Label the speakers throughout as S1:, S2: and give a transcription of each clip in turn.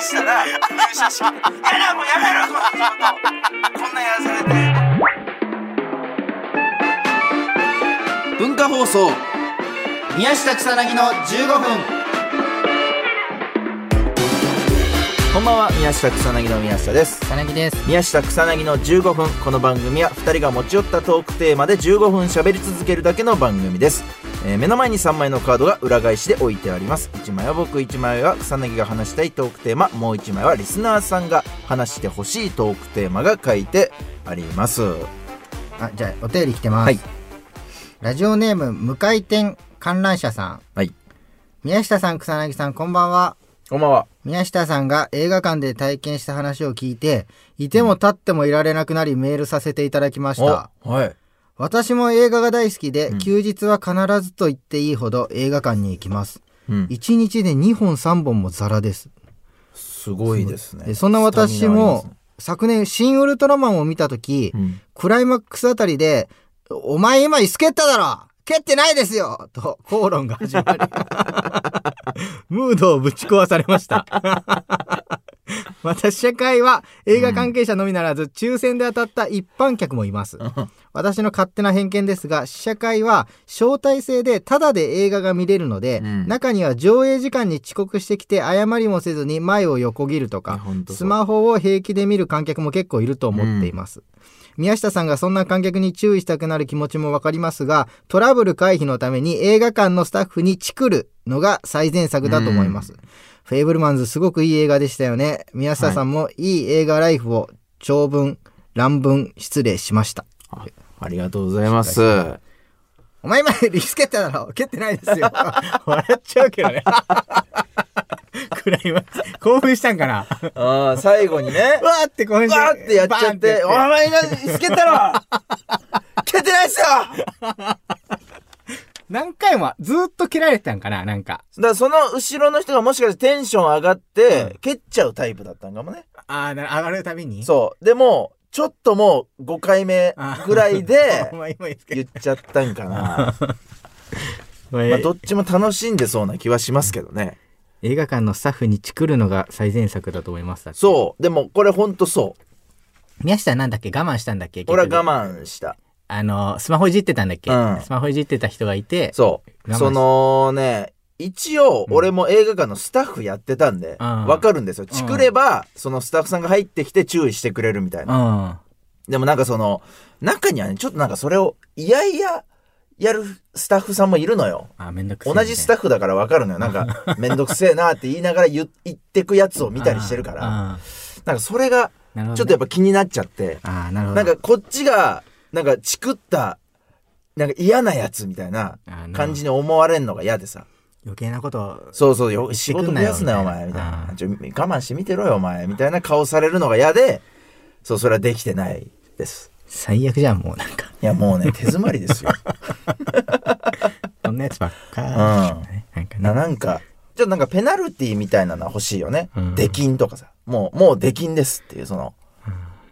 S1: したら入社式やだもうやめろこんな仕事こんなんやらされて。
S2: 文化放送宮下草薙の15分
S3: こんばんは、宮下草薙の宮下です。
S2: 草薙です
S3: 宮下草薙の15分。この番組は2人が持ち寄ったトークテーマで15分喋り続けるだけの番組です。えー目の前に3枚のカードが裏返しで置いてあります。1枚は僕、1枚は草薙が話したいトークテーマ、もう1枚はリスナーさんが話してほしいトークテーマが書いてあります。
S2: あじゃあお便り来てます、
S3: はい
S2: ラジオネーム無回転観覧車さん
S3: はい。
S2: 宮下さん草薙さんこんばんは
S3: こんばんは。
S2: 宮下さんが映画館で体験した話を聞いていても立ってもいられなくなりメールさせていただきました
S3: おはい。
S2: 私も映画が大好きで、
S3: うん
S2: 休日は必ずと言っていいほど映画館に行きます
S3: うん。
S2: 1日で2本3本もザラです
S3: すごいですね。
S2: でそんな私も、
S3: ス
S2: 昨年「シン・ウルトラマン」を見た時、
S3: タミナありますね
S2: クライマックスあたりで「お前今椅子蹴っただろ蹴ってないですよ!」と口論が始まり ムードをぶち壊されました また社会は映画関係者のみならず、抽選で当たった一般客もいます
S3: うん。
S2: 私の勝手な偏見ですが試写会は招待制でタダで映画が見れるので、
S3: うん
S2: 中には上映時間に遅刻してきて謝りもせずに前を横切ると
S3: いや
S2: か
S3: ほんとそう
S2: スマホを平気で見る観客も結構いると思っています、宮下さんがそんな観客に注意したくなる気持ちもわかりますがトラブル回避のために映画館のスタッフにチクるのが最善策だと思います、フェイブルマンズすごくいい映画でしたよね宮下さんもいい映画ライフを長文乱文失礼しました
S3: ありがとうございます。
S2: お前今リスケっただろ蹴ってないですよ。 笑っちゃうけど ね。くらいは興奮したん かな。
S3: ああ、最後にね
S2: う。わーって興奮し
S3: うわーってやっちゃって、お
S2: バーンっ
S3: 前がつけた ろ蹴ってないっすよだか
S2: 何回もずーっと蹴られてたんかな、なんか。
S3: らその後ろの人がもしかしてテンション上がって、蹴っちゃうタイプだったんかもね。
S2: ああ、な上がるたびに
S3: そう。でも、ちょっともう5回目ぐらい で
S2: お前今リスケ
S3: 言っちゃったんかな。
S2: お前
S3: まあ、どっちも楽しんでそうな気はしますけどね。
S2: 映画館のスタッフにチクるのが最善策だと思います。う。
S3: そう。でも、これほんとそ
S2: 宮下なんだっけ我慢したんだっけ
S3: う。俺は
S2: 結局
S3: 我慢した。
S2: あの、スマホいじってたんだっけ、
S3: うん
S2: スマホいじってた人がいて、
S3: そう。
S2: 我慢し
S3: そのね、一応、俺も映画館のスタッフやってたんで、
S2: うん
S3: わかるんですよ。チクれば、そのスタッフさんが入ってきて注意してくれるみたいな。
S2: ん。
S3: でもなんかその、中にはね、ちょっとなんかそれを、いやいや、やるスタッフさんもいるのよ。
S2: あ、めんどくさい、
S3: 同じスタッフだからわかるのよ。なん か、めんどくせえなって言いながら言言ってくやつを見たりしてるから、
S2: あー。あ
S3: なんかそれが、
S2: ーなるほどね
S3: ちょっとやっぱ気になっちゃって、
S2: ああ、なるほど。
S3: なんかこっちが、なんかチクった、なんか嫌なやつみたいな感じに思われるのが嫌でさ。
S2: 余計なこと
S3: そうそうよ、
S2: 言って
S3: 仕
S2: く
S3: 事増
S2: んなよ
S3: やすなよ、お
S2: みたいな
S3: 前、みたいな
S2: う。ん
S3: ちょ我慢してみてろよ、お前、みたいな顔されるのが嫌で、そう、それはできてないです。
S2: 最悪じゃん、もうな んか。
S3: いや、もう ね、手詰まりですよ。
S2: こんなやつばっかり。
S3: うん
S2: なんか
S3: な、
S2: ね。
S3: なんか、ちょっとなんかペナルティみたいなのは欲しいよね
S2: うん。
S3: 出禁とかさ。もう、もう出禁ですっていう、その、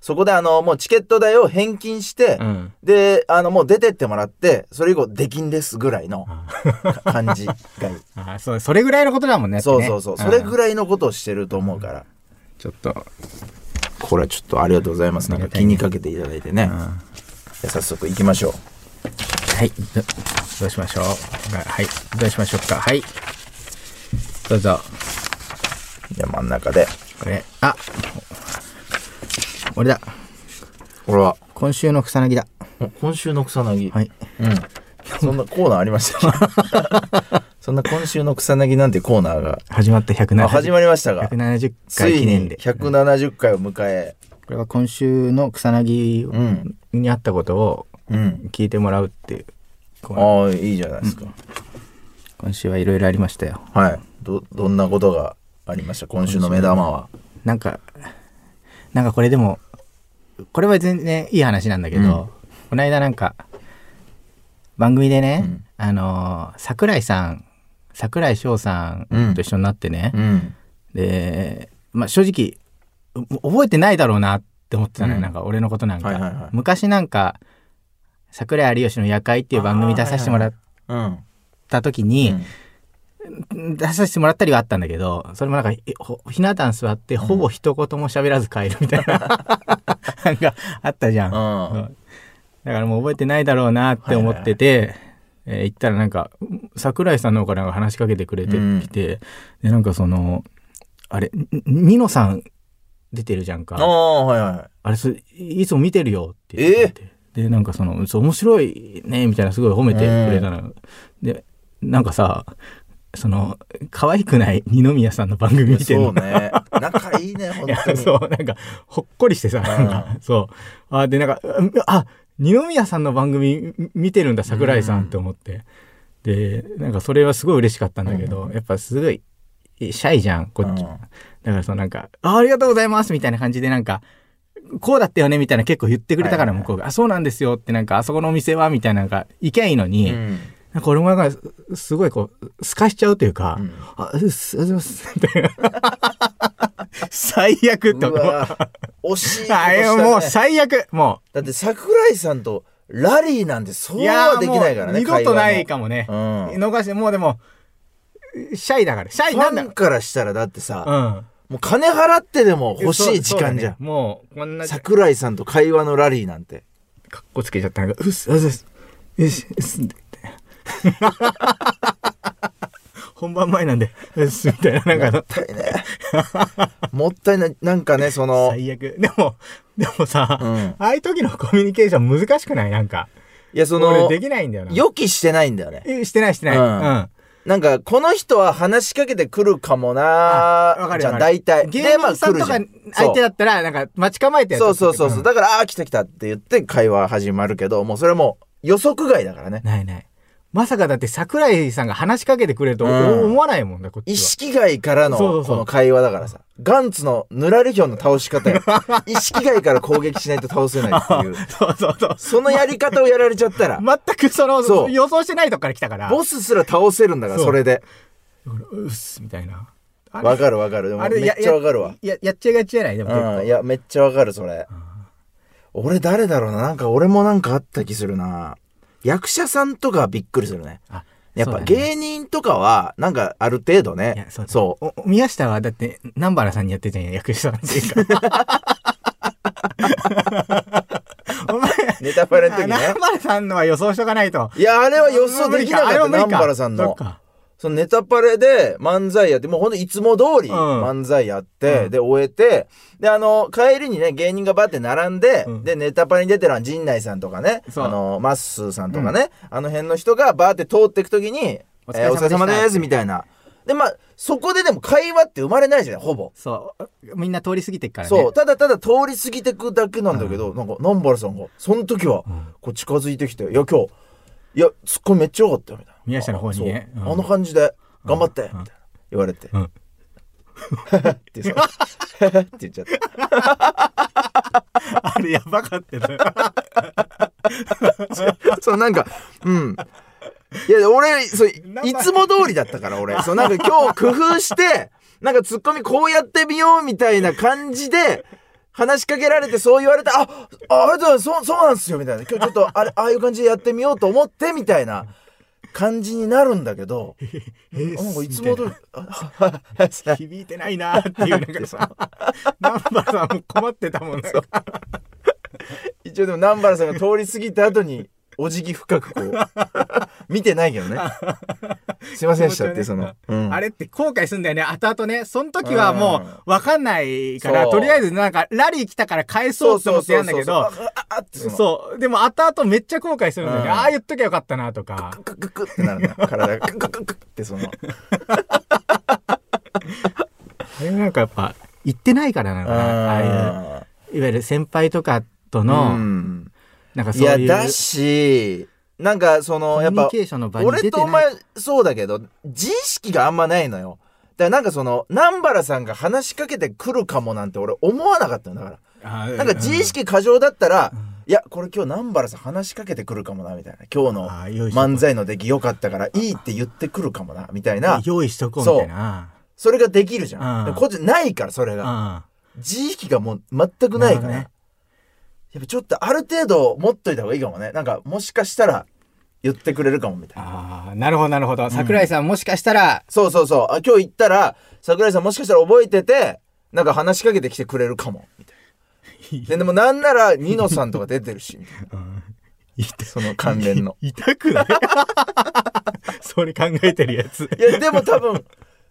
S3: そこであの、もうチケット代を返金して
S2: う、ん。
S3: で、あの、もう出てってもらって、それ以降、出禁ですぐらいのか感じがい い。
S2: ああ、そう、それぐらいのことだもんね。
S3: そうそうそう。それぐ
S2: い。
S3: らいのことをしてると思うから。
S2: ちょっと。
S3: これはちょっとありがとうございます。なんか気にかけていただいてね。じゃあ早速行きましょう。
S2: はい。どどうしましょう。はい。どうしましょうか。はい。どうぞ。
S3: じゃあ真ん中で。
S2: これ。あ俺だ。
S3: これは、
S2: 今週の草薙だ。
S3: お今週の草薙。
S2: はい。
S3: うん。そんなコーナーありました っけそんな今週の草薙なんてコーナー が。
S2: 始まった170
S3: あ、始まりましたが。
S2: 170
S3: つ
S2: 回
S3: い
S2: 記念
S3: に
S2: で。
S3: 170回を迎え。
S2: これは今週の草
S3: う
S2: 薙
S3: ん。
S2: にあったことを
S3: うん。
S2: 聞いてもらうっていう。こう
S3: ああ、いいじゃないですか。
S2: 今週はいろいろありましたよ。
S3: はい。ど、どんなことがありました今週の目玉は。
S2: なんか、なんかこれでも、これは全然いい話なんだけど、この間なんか、番組でね、
S3: うん
S2: あのー、桜井さん、桜井翔さんと一緒になってね、
S3: うん。
S2: で、まあ正直、う覚えてないだろうなって思ってたのよ、
S3: うん
S2: なんか俺のことなんか。
S3: はいはいはい
S2: 昔なんか、桜井有吉の夜会っていう番組出させてもらっ
S3: うん。
S2: た時に、
S3: うん
S2: 出させてもらったりはあったんだけど、それもなんか、えほひな壇座って、ほぼ一言も喋らず帰るみたいな、なんかあったじゃん。
S3: うん
S2: うんだからもう覚えてないだろうなって思ってて、えー行ったらなんか、桜井さんの方からなんか話しかけてくれてきて、で、なんかその、あれ、にニノさん出てるじゃん
S3: あ
S2: か。
S3: あ、はいはい。
S2: あれそれ、いつも見てるよって言って、で、なんかその、そう面白いね、みたいなすごい褒めてくれたの。で、なんかさ、その、可愛くない二宮さんの番組見て
S3: そ
S2: るの
S3: う。ね。仲いいね、本
S2: いや
S3: 当に。
S2: そう、なんか、ほっこりしてさ、なんか、そう。あ、で、なんか、うんあ、二宮さんの番組み見てるんだ、桜井さんって思って。で、なんか、それはすごい嬉しかったんだけど、やっぱすごい、シャイじゃん、こっち。
S3: うん
S2: だから、そのなんか、あ、ありがとうございますみたいな感じで、なんか、こうだったよねみたいな結構言ってくれたから、
S3: はいはいはい
S2: 向こうが、あ、そうなんですよって、なんか、あそこのお店はみたいな、なんか、行けばいいのに、
S3: うん。
S2: なんか俺もなんか、すすごいこう、すかしちゃうというか、
S3: うん
S2: あ、うっす、ありがとうございます、みたいな。最悪って
S3: う
S2: 思う
S3: わ惜しいこと
S2: あいや
S3: したね
S2: もう最悪も
S3: だって桜井さんとラリーなんてそううはできないからね。
S2: いやもう二度とない
S3: か
S2: かもね、
S3: も。うん。
S2: 逃してもうでもシャイだからシャイ
S3: フ
S2: なんだ
S3: ァンからしたらだって
S2: う
S3: さ、
S2: ん
S3: もう金払ってでも欲しい時間じゃ
S2: そうそうだね
S3: ん。
S2: もうこんなか
S3: 桜井さんと会話のラリーなんて。
S2: っこつけちゃったなんかうっすうっすうっすうっすみたいな本番前なんでうっすみたいななんかあ
S3: も
S2: の
S3: ったいね。もったいない。なんかね、その、
S2: 最悪 でもでもさ、
S3: うん
S2: ああいう時のコミュニケーション難しくないなんか
S3: いや、そ
S2: 俺
S3: の、
S2: できないんだよな
S3: 予期してないんだよね。
S2: えしてないしてない、
S3: う
S2: うんん
S3: なんか、この人は話しかけてくるかもな
S2: あわかる
S3: じ
S2: よ
S3: ゃん、大体。
S2: 芸人さんとか相手
S3: だ
S2: だったら、なんか待ち構えてや
S3: そうそうそうそう。
S2: だ
S3: だから、ああ、来た来たって言って会話始まるけど、もうそれはもう予測外だからね。
S2: ないない。まさかだって桜井さんが話しかけてくれると
S3: うん
S2: 思わないもんだ、こっちは。
S3: 意識外からの
S2: そうそうそ
S3: こ
S2: う
S3: の会話だからさ。ガンツのヌラリヒョンの倒し方 よ。意識外から攻撃しないと倒せないっていう。
S2: そうそうそう。
S3: そのやり方をやられちゃ ったら、
S2: 全くその
S3: そう
S2: 予想してないとこから来たから、
S3: ボスすら倒せるんだから、
S2: そう
S3: それで。
S2: うっす、みたいな。あれ
S3: わかるわかる。でも
S2: あれ
S3: めっちゃわかるわ。
S2: や、やっちゃいがちじゃないでも結構。
S3: うん、いや、めっちゃわかる、それ。俺誰だろうな。なんか俺もなんかあった気するな。役者さんとかはびっくりするね。
S2: あ
S3: やっぱ
S2: そうだね
S3: 芸人とかは、なんかある程度
S2: い
S3: ね
S2: や、そうだ
S3: そう。
S2: お宮下はだって南原さんにやってたんや役者さんっていうか お前
S3: ネタバレの時ね
S2: 南。原さんのは予想しとかないと
S3: いや、あれは予想できなか
S2: あ
S3: っ
S2: れ
S3: た、
S2: は無理か
S3: 南原さん
S2: そ
S3: の
S2: っ。か
S3: そのネタパレで漫才やって、もうほんといつも通り
S2: うん
S3: 漫才やって、
S2: うん
S3: で、終えて、で、あの、帰りにね、芸人がバーって並んで、
S2: うん
S3: で、ネタパレに出てるのは陣内さんとかね、
S2: そう
S3: あの、マッスーさんとかね、あの辺の人がバーって通ってくときに、え
S2: お
S3: ー
S2: 疲れ様でした
S3: お疲れ様です、みたいな。で、まあ、そこででも会話って生まれないじゃない、ほぼ。
S2: そうみんな通り過ぎてっからね
S3: そう、ただただ通り過ぎてくだけなんだけど、なんか、南原さんが、その時は、こう近づいてきて、いや、今日、いや、ツッコミめっちゃ良かったよ、みたいな。
S2: 宮下の方にね
S3: そう
S2: うん
S3: あの感じで、頑張って、みたいな、言われて。
S2: うん
S3: ってさ、 って言っちゃっ
S2: あれやば かったよ
S3: た。 そう、なんか、うん。いや、俺、そう、い
S2: 生
S3: つも通りだったから、俺。そう、なんか今日工夫して、なんかツッコミこうやってみようみたいな感じで、話しかけられてそう言われた、あ、あありがとうございます、そう、そうなんですよ、みたいな。今日ちょっと、あれ、ああいう感じでやってみようと思って、みたいな感じになるんだけど、なんかいつも 通り、あ
S2: 響いてないなーっていうなんかさ南原さんも困ってたもんね
S3: 一応でも南原さんが通り過ぎた後にお辞儀深くこう見てないけどねすいませんでしたってその、うん
S2: あれって後悔すんだよね後々ねその時はも
S3: うん
S2: う分かんないから
S3: そう
S2: とりあえずなんかラリー来たから返そうって思ってやんだけど
S3: そうそうそうあああってその
S2: そうでも後々めっちゃ後悔するんだよ
S3: う
S2: ね
S3: ん
S2: ああ言っときゃよかったなとか
S3: クククってなるんだよ体がククククってその
S2: あれなんかやっぱ言ってないからなのかなああいういわゆる先輩とかとの、
S3: うん
S2: なんか
S3: い
S2: そう
S3: や
S2: いう
S3: だしなんかその
S2: コミ
S3: や
S2: ュ
S3: っぱ
S2: ニケーションの場に
S3: 俺
S2: 出
S3: と
S2: て
S3: お
S2: な
S3: 前
S2: い
S3: そうだけど自意識があんまないのよだからなんかその南原さんが話しかけてくるかもなんて俺思わなかったのだから
S2: あ
S3: なんか自意識過剰だったら、いや、これ今日南原さん話しかけてくるかもな、みたいな。今
S2: あー
S3: 日の
S2: よいしょ
S3: 漫才の出来良かったから、いいって言ってくるかもな、みたいな。
S2: 用意しとこうみたいな
S3: それができるじゃ。
S2: うんん
S3: でもこっちないから、それ
S2: う
S3: が。
S2: ん
S3: 自意識がもう全くないから。
S2: なるほど
S3: や
S2: ね
S3: っぱちょっとある程度持っといた方がいいかもね。なんか、もしかしたら、言ってくれるかもみたいな。
S2: ああ、なるほど、なるほど。桜井さん、もしかしたら、
S3: そうそうそう。あ、今日行ったら、桜井さんもしかしたら覚えてて、なんか話しかけてきてくれるかも、みたい な。で、でもなんなら、ニノさんとか出てるし、みたいなその関連の。
S2: 痛くない それ考えてるやつ。
S3: いや、でも多分、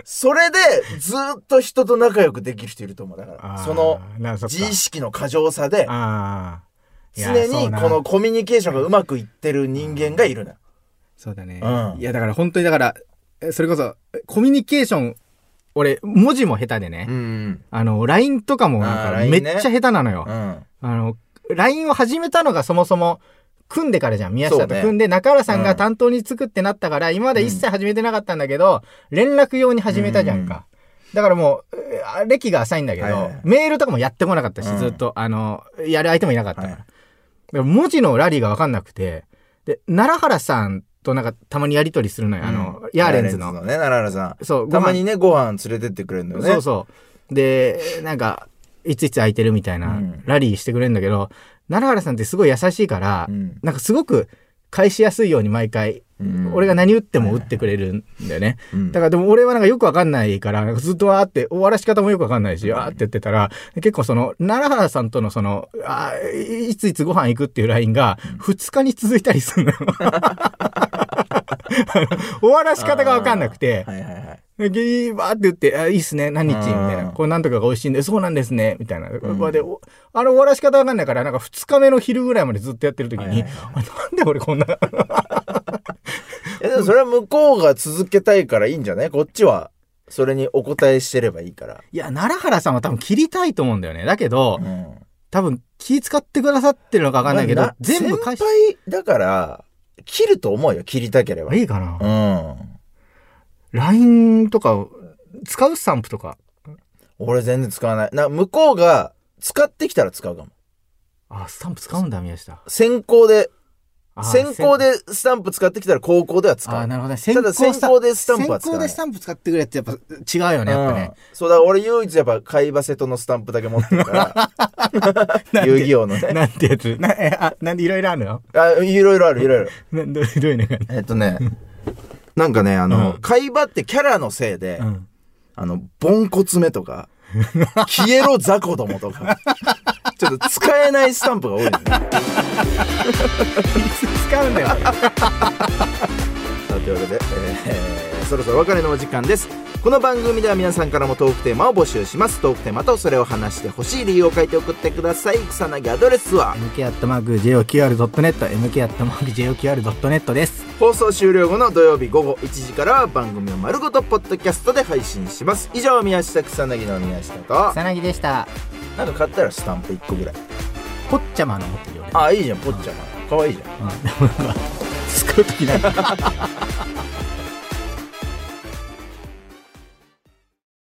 S3: それでずっと人と仲良くできる人いると思う。だから、
S2: あー
S3: その
S2: なそっか
S3: 自意識の過剰さで、
S2: ああ。いや
S3: 常
S2: そう
S3: に
S2: な
S3: このコミュニケーションがうまくいってる人間がいるな。
S2: そうだね。
S3: うん
S2: いや、だから本当にだから、えそれこそ、えコミュニケーション、俺、文字も下手でね。
S3: ん。
S2: あの、LINE とかもなん
S3: あ
S2: か
S3: ー LINE
S2: めっ
S3: ね
S2: ちゃ下手なのよ。
S3: うん。
S2: あの、LINE を始めたのがそもそも、組んでからじゃん。宮下
S3: そ
S2: と
S3: うね
S2: 組んで、中原さん
S3: う
S2: が
S3: ん
S2: 担当につくってなったから、今まで一切始めてなかったんだけど、連絡用に始めたじゃんか。だからもう、えーあ歴が浅いんだけど、
S3: はいはいはい
S2: メールとかもやってこなかったし、
S3: うん
S2: ずっと、あの、やる相手もいなかったから。
S3: はい
S2: だから文字のラリーがわかんなくて、で、奈良原さんとなんかたまにやりとりするのよ。あの、ヤーレンズの。
S3: ね、奈良原さん。
S2: そう、
S3: たま
S2: ご飯
S3: にね、ご飯連れてってくれるんだよね。
S2: そうそう。で、なんか、いついつ空いてるみたいな、
S3: うん
S2: ラリーしてくれるんだけど、奈良原さんってすごい優しいから、
S3: うん
S2: なんかすごく返しやすいように毎回、
S3: うん
S2: 俺が何打っても打ってくれるんだよね。
S3: うん
S2: だからでも俺はなんかよくわかんないから、なんかずっとわーって、終わらし方もよくわかんないし、わーって言ってたら、結構その、奈良原さんとのその、あーいついつご飯行くっていうラインが、2日に続いたりするのよ。 終わらし方がわかんなくて、
S3: はいはいはい。
S2: でギーバーって言って、あ、いいっすね、何日みたい
S3: うん
S2: な。これなんとかが美味しいんで、そうなんですね、みたいな。まあで、おあの終わらし方わかんないから、なんか2日目の昼ぐらいまでずっとやってる時
S3: はい
S2: に、
S3: はい
S2: あなんで俺こんな、
S3: いやでもそれは向こうが続けたいからいいんじゃないこっちはそれにお答えしてればいいから。
S2: いや、奈良原さんは多分切りたいと思うんだよね。だけど、
S3: ん。
S2: 多分気使ってくださってるのかわかんないけ
S3: ま
S2: ど
S3: あ、
S2: 全部返し
S3: 先、輩だから、切ると思うよ、切りたければ。
S2: いいかな
S3: う。ん。
S2: LINE とか、使うスタンプとか。
S3: 俺全然使わない。な、向こうが使ってきたら使うかも。
S2: あ、スタンプ使うんだ、宮下。
S3: 先行で、
S2: あ
S3: 先行。でスタンプ使ってきたら高校では使
S2: あー、
S3: う。
S2: なるほどね。
S3: ただ先行でスタンプは使わ
S2: 先行
S3: な
S2: で
S3: い
S2: スタンプ使ってくれってやっぱ違うよね、やっぱね。
S3: うんそうだ、俺唯一やっぱ、海馬瀬戸のスタンプだけ持ってるから、遊戯王のね。
S2: なんて やつな、え、あ、なんでいろいろあるの
S3: あ、いろいろある、いろいろあ る。
S2: などうどういうのか
S3: えっとね、なんかね、あ
S2: う
S3: の
S2: ん、
S3: 海馬ってキャラのせいで
S2: な、ん。
S3: あの、ボンコツメとか、消えろザコどもと か、ちょっと使えないスタンプが多いのね。
S2: 使うんだよ。
S3: さあというわけで、えーそろ そろお別れのお時間ですこの番組では皆さんからもトークテーマを募集しますトークテーマとそれを話してほしい理由を書いて送ってください草薙アドレスは
S2: mk アットマーク joqr.net、mk アットマーク joqr.net です。
S3: 放送終了後の土曜日午後1時からは番組を丸ごとポッドキャストで配信します以上宮下草薙の宮下と
S2: 草薙でした。
S3: なんか買ったらスタンプ1個ぐらい
S2: ポッチャマの持ってるよね。
S3: ああいいじゃんポッチャマかわいいじゃん
S2: うん。でもなんか、使うときない。